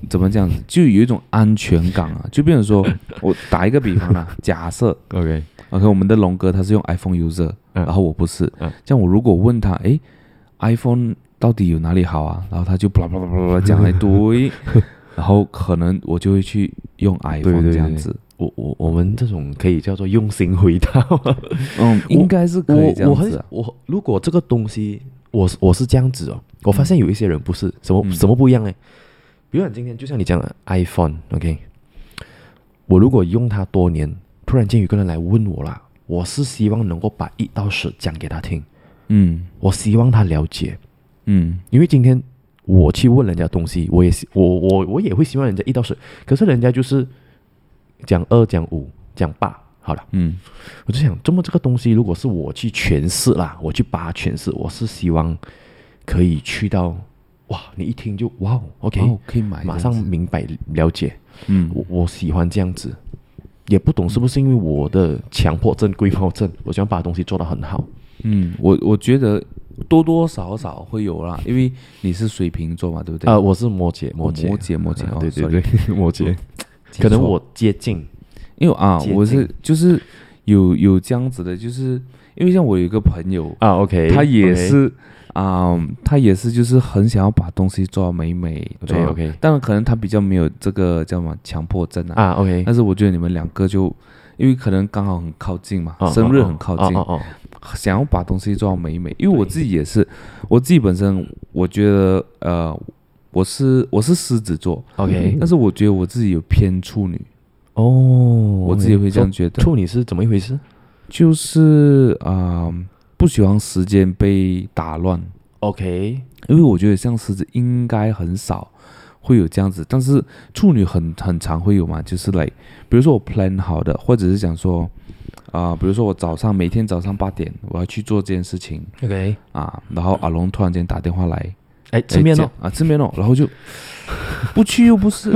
A: 怎么这样子，就有一种安全感啊，就变成说我打一个比方啦、假设
B: OK，
A: OK 我们的龙哥他是用 iPhone user，
B: 嗯
A: 然后我不是
B: 嗯，
A: 这样我如果问他，诶 i p h o n e 到底有哪里好啊？然后他就巴拉巴拉巴拉巴拉讲了一 堆，然后可能我就会去用 iPhone
B: 对对
A: 这样子，
B: 我我我们这种可以叫做用心回答吗。
A: 嗯，应该是可以这
B: 我我
A: 样子
B: 很
A: 啊，
B: 我如果这个东西，我是我是这样子哦，我发现有一些人不是什么、
A: 嗯
B: 什么不一样哎，比如你今天就像你讲的 iPhone，OK，、我如果用它多年，突然间有个人来问我啦，我是希望能够把一到十讲给他听，
A: 嗯
B: 我希望他了解，
A: 嗯
B: 因为今天我去问人家东西，我也希我我我也会希望人家一到十，可是人家就是讲二讲五讲八好了。
A: 嗯
B: 我就想，这么这个东西，如果是我去诠释啦，我去把它诠释，我是希望可以去到哇，你一听就哇哦，OK，
A: 哦可以买这样
B: 马
A: 子，
B: 上明白了解，
A: 嗯
B: 我我喜欢这样子，也不懂是不是因为我的强迫症、规划症，我喜欢把东西做得很好，
A: 嗯，我我觉得多多少少会有啦，因为你是水瓶座嘛，对不对？
B: 啊，我是摩羯，
A: 我
B: 摩羯，
A: 摩羯摩羯
B: 啊
A: 哦
B: 对对
A: sorry
B: 对， 摩羯，
A: 记
B: 可能
A: 错
B: 我接近，
A: 因为 啊，
B: 接
A: 我是
B: 近
A: 就是有有这样子的，就是因为像我有一个朋友，
B: 啊，OK，
A: 他也
B: OK，
A: 是啊、他也是就是很想要把东西做到美美。做
B: 对
A: 到
B: 哎，OK，
A: 当然可能他比较没有这个叫什么强迫症啊。
B: 啊，OK，
A: 但是我觉得你们两个就，因为可能刚好很靠近嘛，生日很靠近，
B: 哦哦哦，
A: 想要把东西做到美美。因为我
B: 对
A: 自己也是，我自己本身我觉得呃，我是我是狮子座
B: OK
A: 但是我觉得我自己有偏处女，
B: 哦，
A: 我
B: 我
A: 自己会这样觉得，
B: 处女是怎么一回事？
A: 就是啊、不喜欢时间被打乱。
B: OK，
A: 因为我觉得像狮子应该很少会有这样子，但是处女很很常会有嘛，就是来，比如说我 plan 好的，或者是讲说，啊、比如说我早上每天早上八点我要去做这件事情
B: OK，
A: 啊，然后阿龙突然间打电话来，
B: 哎，吃面
A: 哎
B: 哦
A: 讲，啊，吃面哦，然后 就不去又不是，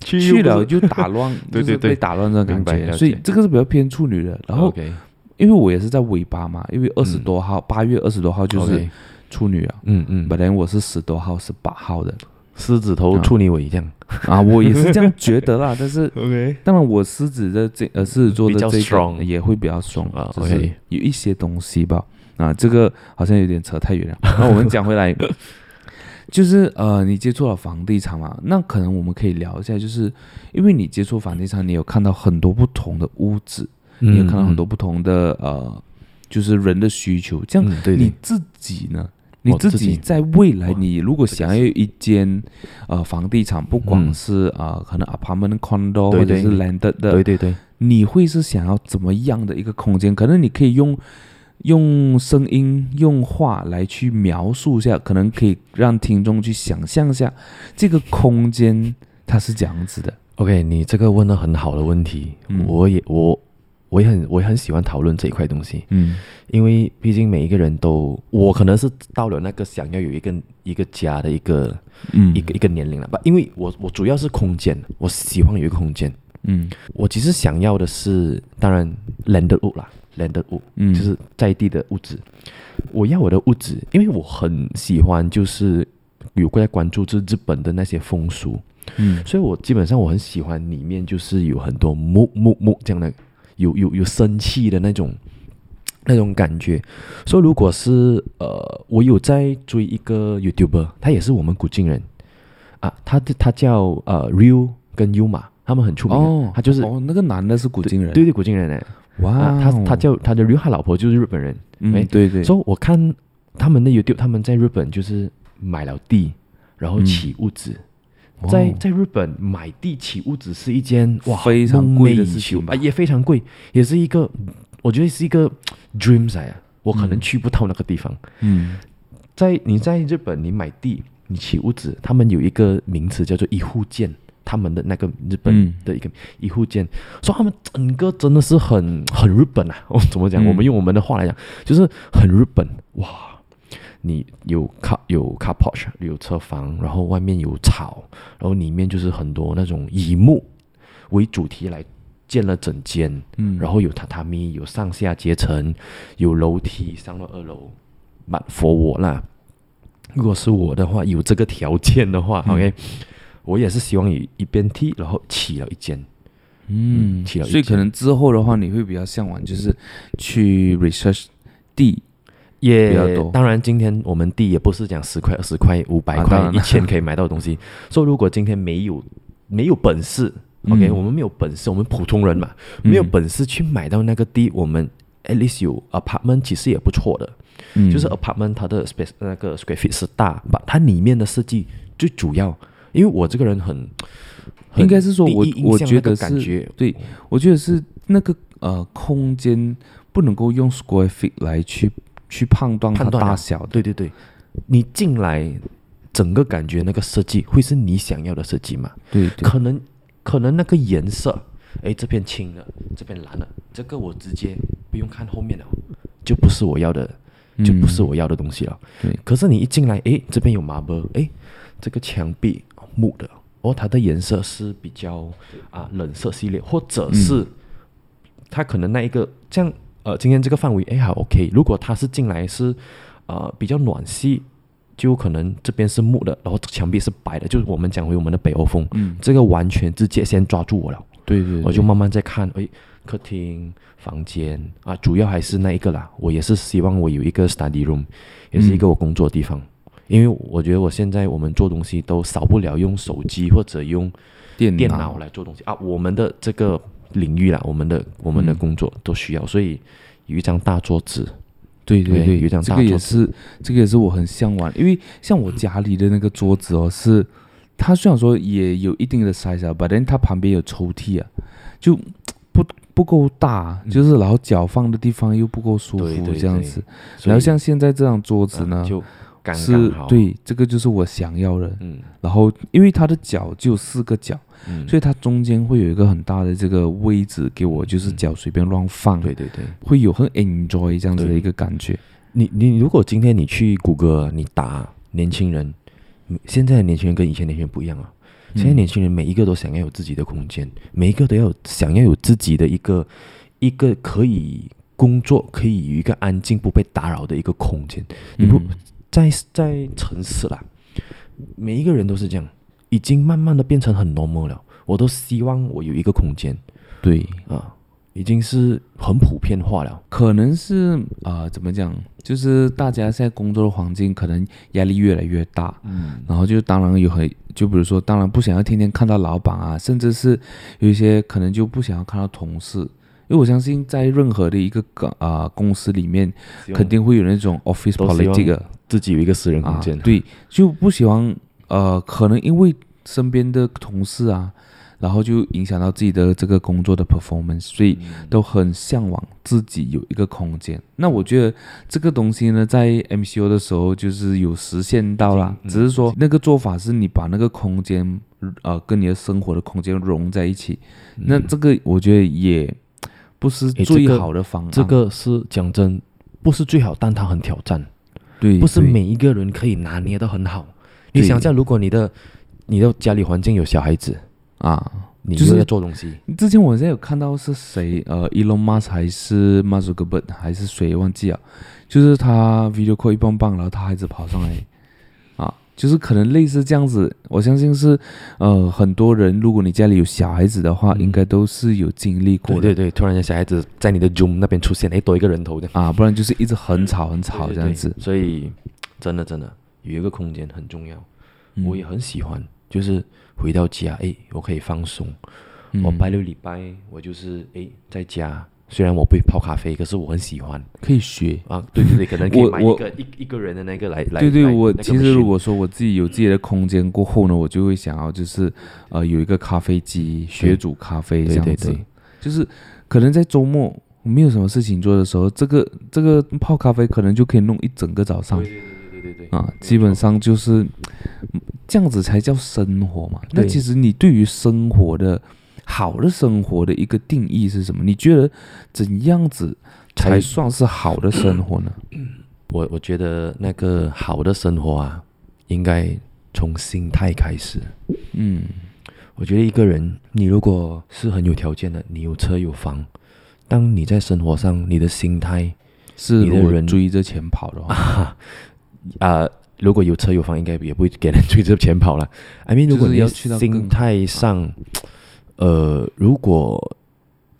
B: 去
A: 去了就打乱，
B: 对
A: 就是
B: 对对
A: 被打乱这种感
B: 明白了
A: 觉，
B: 解
A: 所以这个是比较偏处女的。然后
B: OK，
A: 因为我也是在尾巴嘛，因为二十
B: 嗯
A: 多号，八、月二十多号就是
B: OK，
A: 处女啊。
B: 嗯嗯，
A: 本来我是十多号、十八号的，
B: 狮子头
A: 啊
B: 处女尾这样
A: 啊，我也是这样觉得啦。 但是，
B: OK，
A: 当然，我狮子的这呃狮子座的
B: 比较
A: 这
B: strong
A: 个也会比较爽
B: 啊
A: 就是
B: OK
A: 有一些东西吧。啊，这个好像有点扯太远了。 那我们讲回来，就是呃，你接触了房地产嘛，那可能我们可以聊一下，就是因为你接触房地产，你有看到很多不同的屋子，
B: 嗯
A: 你有看到很多不同的呃，就是人的需求，这样
B: 嗯，对
A: 你
B: 对，
A: 自己呢？你自
B: 自己
A: 己在未来，
B: 哇
A: 你如果想要一间呃房地产，不管
B: 嗯
A: 是啊、呃可能 apartment condo
B: 对
A: 或者
B: 对
A: 是 landed
B: 对
A: 的，
B: 对对，
A: 你会是想要怎么样的一个空间？可能你可以用用声音、用话来去描述一下，可能可以让听众去想象一下这个空间它是怎样子的。
B: OK，你这个问了很好的问题，
A: 嗯
B: 我也我我也很我也很喜欢讨论这一块东西，
A: 嗯
B: 因为毕竟每一个人都，我可能是到了那个想要有一个一个家的一个
A: 嗯
B: 一个一个年龄了吧，因为我我主要是空间，我喜欢有一个空间，
A: 嗯
B: 我其实想要的是，当然 landed 屋啦，landed 屋。
A: 嗯，
B: 就是在地的物质。我要我的物质，因为我很喜欢，就是有过在关注就是日本的那些风俗，
A: 嗯
B: 所以我基本上我很喜欢里面就是有很多木木木这样的，有有有生气的那种那种感觉。所以如果是呃，我有在追一个 YouTuber，他也是我们古晋人啊，他他叫呃 Real 跟 Yuma，他们很出名的，
A: 哦，
B: 他就是、
A: 哦，那个男的是古今人，
B: 对对古晋人哎、
A: 哇哦、
B: 啊，他他叫他的 Real，他老婆就是日本人，
A: 嗯，
B: 哎
A: 对对，
B: 所以我看他们的 YouTube，他们在日本就是买了地，然后
A: 嗯
B: 起屋子。
A: 哦
B: 在在日本买地起屋子是一件哇
A: 非常贵的
B: 梦寐以
A: 事情
B: 求
A: 吧
B: 啊，也非常贵，也是一个我觉得是一个 dreams 来啊，我可能
A: 嗯
B: 去不到那个地方。
A: 嗯，
B: 在你在日本，你买地，你起屋子，他们有一个名词叫做一户建，他们的那个日本
A: 嗯
B: 的一个一户建，所以他们整个真的是很很日本啊！ 我怎么
A: 嗯
B: 讲？我们用我们的话来讲，就是很日本哇！你有 car 有 car porch，有车房，然后外面有草，然后里面就是很多那种以木为主题来建了整间，
A: 嗯
B: 然后有榻榻米，有上下阶层，有楼梯上到二楼。满佛我啦，如果是我的话，有这个条件的话、
A: 嗯
B: o k 我也是希望以一边踢，然后起了一间。
A: 嗯，
B: 起了一
A: 所以可
B: 间
A: 能之后的话，你会比较向往就是去 research 地，
B: 也、
A: 比较多
B: 当然，今天我们地也不是讲十块、二十块、五百
A: 啊
B: 块、
A: 当然
B: 一
A: 了
B: 千可以买到的东西。所以，如果今天没有没有本事、o k
A: 嗯
B: 我们没有本事，我们普通人嘛，没有
A: 嗯
B: 本事去买到那个地，我们 at least 有 apartment 其实也不错的。
A: 嗯
B: 就是 apartment 它的 space 那个 square feet 是大，把它里面的设计最主要，因为我这个人很，很
A: 应该是说我
B: 第一印
A: 我
B: 象
A: 觉得
B: 那个感
A: 是
B: 觉
A: 对，我觉得是那个呃空间不能够用 square feet 来去去判断它
B: 判断啊
A: 大小的，
B: 对对对，你进来整个感觉那个设计会是你想要的设计吗？
A: 对对，
B: 可能可能那个颜色，哎，这边青了，这边蓝了，这个我直接不用看后面了，就不是我要的，就不是
A: 嗯
B: 我要的东西了。
A: 对，
B: 可是你一进来，诶，这边有 marble，诶，这个墙壁木的，哦，它的颜色是比较啊冷色系列，或者是、
A: 嗯
B: 它可能那一个这样呃，今天这个范围诶还 OK。如果它是进来是呃比较暖系，就可能这边是木的，然后墙壁是白的，就是我们讲回我们的北欧风，
A: 嗯，
B: 这个完全直接先抓住我了。
A: 对对，
B: 我
A: 对
B: 就慢慢在看，诶，客厅、房间啊，主要还是那一个啦。我也是希望我有一个 study room，也是一个我工作的地方，
A: 嗯
B: 因为我觉得我现在我们做东西都少不了用手机或者用
A: 电
B: 电脑来做东西啊。我们的这个领域啦，我们的我们的
A: 嗯
B: 工作都需要，所以有一张大桌子，
A: 对对
B: 对
A: 对，
B: 有一张
A: 这
B: 大
A: 个也
B: 桌
A: 是这个也是我很向往，因为像我家里的那个桌子哦，是它虽然说也有一定的 size 啊，but then 它旁边有抽屉啊，就不不够大，就是然后脚放的地方又不够舒
B: 嗯对
A: 服
B: 对
A: 这样
B: 对
A: 子。
B: 所
A: 然后
B: 以
A: 像现在这张桌子
B: 啊
A: 呢，
B: 就刚刚
A: 是
B: 好，，
A: 对这个就是我想要的。
B: 嗯
A: 然后因为它的脚就有四个脚，
B: 嗯，
A: 所以它中间会有一个很大的这个位置给我，就是
B: 嗯
A: 脚随便乱放，
B: 对对对。
A: 会有很 enjoy 这样子的
B: 对
A: 一个感觉。
B: 你你如果今天你去谷歌，你打年轻人，嗯现在的年轻人跟以前年轻人不一样啊。
A: 嗯
B: 现在年轻人每一个都想要有自己的空间，每一个都要有想要有自己的一个一个可以工作、可以有一个安静不被打扰的一个空间。你不
A: 嗯
B: 在在城市啦，每一个人都是这样，已经慢慢的变成很 normal 了。我都希望我有一个空间
A: 对，
B: 啊，已经是很普遍化了。
A: 可能是啊、呃怎么讲？就是大家现在工作的环境可能压力越来越大，
B: 嗯
A: 然后就当然有很，就比如说，当然不想要天天看到老板啊，甚至是有一些可能就不想要看到同事，因为我相信在任何的一个个啊、公司里面，肯定会有那种 office
B: 都希望
A: politic 的
B: 自己有一个私人空
A: 啊
B: 间。，
A: 对，就不喜欢呃，可能因为身边的同事啊，然后就影响到自己的这个工作的 performance，所以
B: 嗯
A: 都很向往自己有一个空间。那我觉得这个东西呢，在 MCO 的时候就是有实现到啦，
B: 嗯
A: 只是说那个做法是你把那个空间呃跟你的生活的空间融在一起，那这个我觉得也不是
B: 嗯诶这
A: 最
B: 个
A: 好的方案。
B: 这个是讲真，不是最好，但它很挑战，
A: 对，
B: 不是
A: 对
B: 每一个人可以拿捏的很好。你
A: 对
B: 想一下，如果你的你的家里环境有小孩子，
A: 啊，
B: 你
A: 就
B: 又
A: 是
B: 要做东西，
A: 之前我好像有看到是谁，呃，Elon Musk 还是 Mark Zuckerberg 还是谁忘记了，就是他 video call 一棒棒，然后他孩子跑上来，啊，就是可能类似这样子，我相信是，呃，很多人，如果你家里有小孩子的话，
B: 嗯
A: 应该都是有经历过
B: 对
A: 的
B: 对对，突然间小孩子在你的 Zoom 那边出现，哎，多一个人头这样，
A: 啊，不然就是一直很吵很吵这样子。
B: 对所以真的真的有一个空间很重要，
A: 嗯
B: 我也很喜欢，就是回到家，哎，我可以放松。
A: 嗯
B: 我拜六礼拜我就是哎在家，虽然我不会泡咖啡，可是我很喜欢
A: 可以学。
B: 啊。对对对，可能可以
A: 我
B: 买
A: 我
B: 一个一一个人的那个来来。
A: 对对，
B: 来
A: 我
B: 那个
A: 其实
B: machine
A: 如果说我自己有自己的空间过后呢，我就会想要就是，呃，有一个咖啡机学
B: 对
A: 煮咖啡这
B: 对
A: 样子，
B: 对对，
A: 就是可能在周末没有什么事情做的时候，这个这个泡咖啡可能就可以弄一整个早上
B: 对对对对对对对
A: 啊，基本上就是嗯这样子才叫生活嘛。那
B: 对
A: 其实你对于生活的好的生活的一个定义是什么？你觉得怎样子才
B: 才
A: 算是好的生活呢？
B: 我我觉得那个好的生活啊，应该从心态开始。
A: 嗯
B: 我觉得一个人，你如果是很有条件的，你有车有房，当你在生活上，你的心态，
A: 是
B: 你的
A: 如果
B: 人
A: 追着钱跑 的话，
B: 啊、如果有车有房，应该也不会给人追着钱跑了。I mean，
A: 就是
B: 如果你
A: 要
B: 的
A: 去到更啊
B: 心态上，呃，如果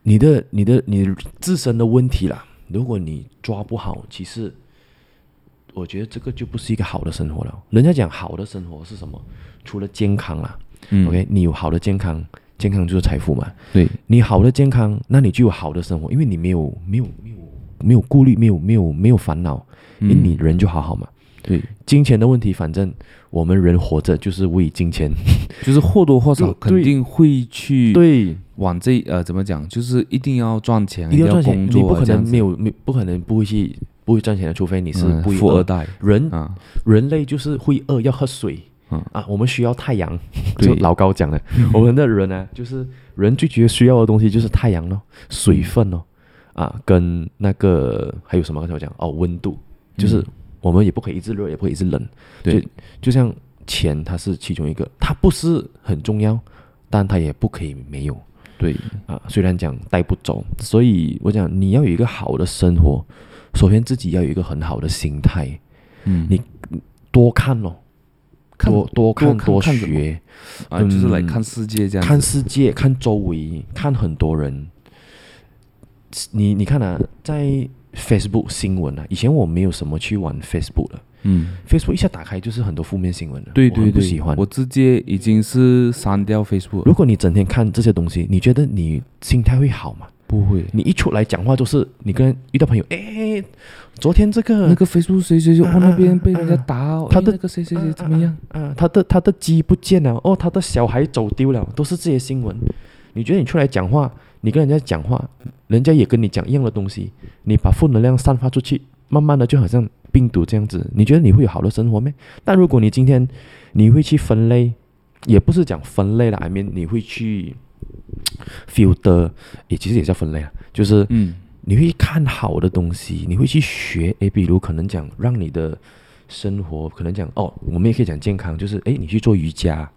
B: 你的、你的、你自身的问题啦，如果你抓不好，其实我觉得这个就不是一个好的生活了。人家讲好的生活是什么？除了健康啦、
A: 嗯
B: o k 你有好的健康，健康就是财富嘛。
A: 对，
B: 你好的健康，那你就有好的生活，因为你没有没有没有没有顾虑，没有没有没有烦恼，因为
A: 嗯
B: 你人就好好嘛。
A: 对，
B: 金钱的问题，反正我们人活着就是为金钱。
A: 就是或多或少
B: 对
A: 肯定会去
B: 对，
A: 往这呃怎么讲，就是一定要赚钱，
B: 一定要赚钱，
A: 工
B: 你
A: 作啊，
B: 不可
A: 这样
B: 能
A: 子
B: 没有没不可能不会去不会赚钱的，除非你是
A: 嗯
B: 不嗯会
A: 富二
B: 饿。
A: 代
B: 人
A: 啊，
B: 人类就是会饿，要喝水。
A: 嗯
B: 啊，我们需要太阳，
A: 对
B: 就老高讲的，我们的人呢、啊就是人最觉得需要的东西就是太阳咯，水分咯，啊，跟那个还有什么？刚才我讲哦，温度，就是
A: 嗯
B: 我们也不可以一直热，也不可以一直冷，
A: 对，
B: 就像钱，它是其中一个，它不是很重要，但它也不可以没有
A: 对，
B: 啊。虽然讲带不走，所以我讲你要有一个好的生活，首先自己要有一个很好的心态，
A: 嗯，
B: 你多看咯，
A: 看
B: 多多看
A: 看
B: 多
A: 看什么
B: 学，
A: 啊，就是来
B: 嗯
A: 看世界这样子，
B: 看世界，看周围，看很多人。你你看啊，在 Facebook 新闻啊，以前我没有什么去玩 Facebook 的
A: 嗯，
B: ，Facebook 一下打开就是很多负面新闻了，
A: 对
B: 我
A: 对
B: 很不
A: 对，
B: 喜欢
A: 我。直接已经是删掉 Facebook，
B: 如
A: 了
B: 果你整天看这些东西，你觉得你心态会好吗？
A: 不会。
B: 你一出来讲话就是你跟遇到朋友，哎，昨天这个
A: 那个 Facebook 谁谁谁，
B: 啊
A: 哦，那边
B: 啊
A: 被人家
B: 啊
A: 打哦，
B: 他
A: 哎
B: 的
A: 那个谁谁谁怎么样？
B: 啊，他的他的鸡不见了，哦，他的小孩走丢了，都是这些新闻。你觉得你出来讲话，你跟人家讲话，人家也跟你讲一样的东西，你把负能量散发出去，慢慢的就好像病毒这样子，你觉得你会有好的生活咩？但如果你今天你会去分类，也不是讲分类了，I mean 你会去 filter，也其实也叫分类啊，就是
A: 嗯，
B: 你会看好的东西，你会去学。诶，比如可能讲让你的生活，可能讲哦，我们也可以讲健康，就是诶，你去做瑜伽，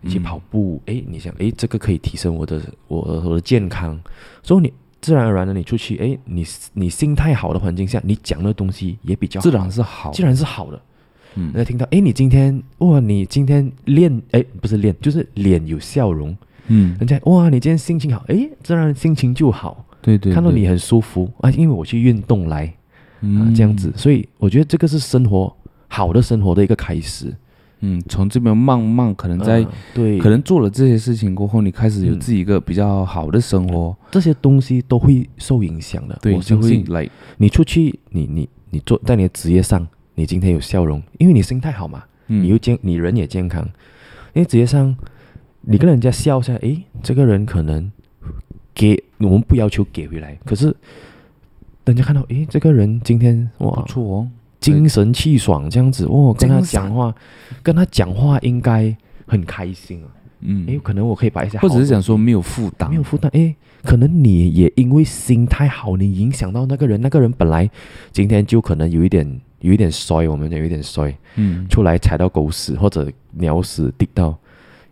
B: 你去
A: 嗯
B: 跑步，诶，你想诶，这个可以提升我的我我的健康，所以你自然而然的你出去，诶，你你心态好的环境下，你讲的东西也比较好
A: 自然是好，
B: 既然是好的，
A: 嗯
B: 人家听到诶，你今天哇，你今天练诶，不是练，就是脸有笑容，
A: 嗯，
B: 人家哇，你今天心情好，诶，自然心情就好。
A: 对对，
B: 看到
A: 对
B: 你，很舒服啊，因为我去运动来啊
A: 嗯，，
B: 这样子，，所以我觉得这个是生活好的生活的一个开始。
A: 嗯，从这边慢慢可能在
B: 啊对，
A: 可能做了这些事情过后，你开始有
B: 嗯
A: 自己一个比较好的生活，
B: 这些东西都会受影响的。
A: 对，
B: 我
A: 就
B: 相
A: 会
B: 信
A: 来，
B: 你出去，你你你做在你的职业上，你今天有笑容，因为你心态好嘛，
A: 嗯
B: 你又健，你人也健康。因为职业上，你跟人家笑一下，诶，这个人可能给我们不要求给回来，可是人家看到，诶，这个人今天哇
A: 不错哦，
B: 精神气爽这样子哦，跟他
A: 精神
B: 讲话，跟他讲话应该很开心啊。诶，
A: 嗯，
B: 可能我可以把一些好
A: 或
B: 的，
A: 者是讲说没有负担
B: 没，有负担。诶，可能你也因为心态好，你影响到那个人，那个人本来今天就可能有一点有一点衰，我们讲有一点衰，
A: 嗯，
B: 出来踩到狗屎或者鸟屎滴到。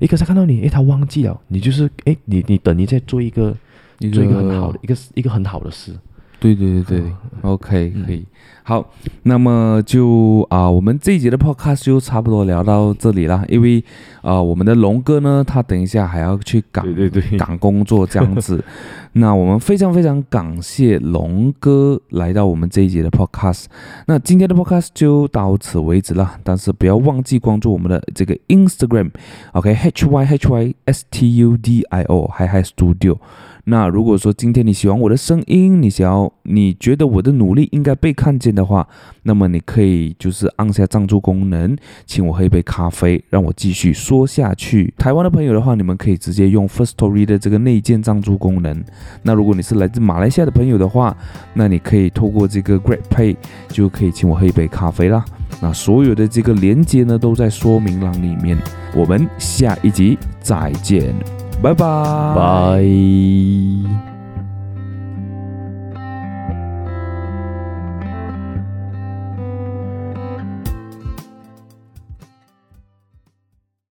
B: 诶，可是他看到你，诶，他忘记了，你就是诶，你你等于在做一个
A: 一
B: 做
A: 个
B: 嗯一个很好的一个一个很好的事，
A: 对对对对，OK，
B: 嗯
A: 可以。好，那么就啊、我们这一节的 podcast 就差不多聊到这里啦，因为啊、我们的龙哥呢，他等一下还要去港
B: 对对对
A: 港工作这样子。那我们非常非常感谢龙哥来到我们这一节的 podcast。那今天的 podcast 就到此为止了，但是不要忘记关注我们的这个 Instagram，OK，H、Y H Y S T U D I O，嗨嗨 Studio。那如果说今天你喜欢我的声音，你想要你觉得我的努力应该被看见的话，那么你可以就是按下赞助功能，请我喝一杯咖啡，让我继续说下去。台湾的朋友的话，你们可以直接用 First Story 的这个内建赞助功能。那如果你是来自马来西亚的朋友的话，那你可以透过这个 Great Pay 就可以请我喝一杯咖啡啦。那所有的这个连接呢都在说明栏里面。我们下一集再见，拜拜，
B: 拜。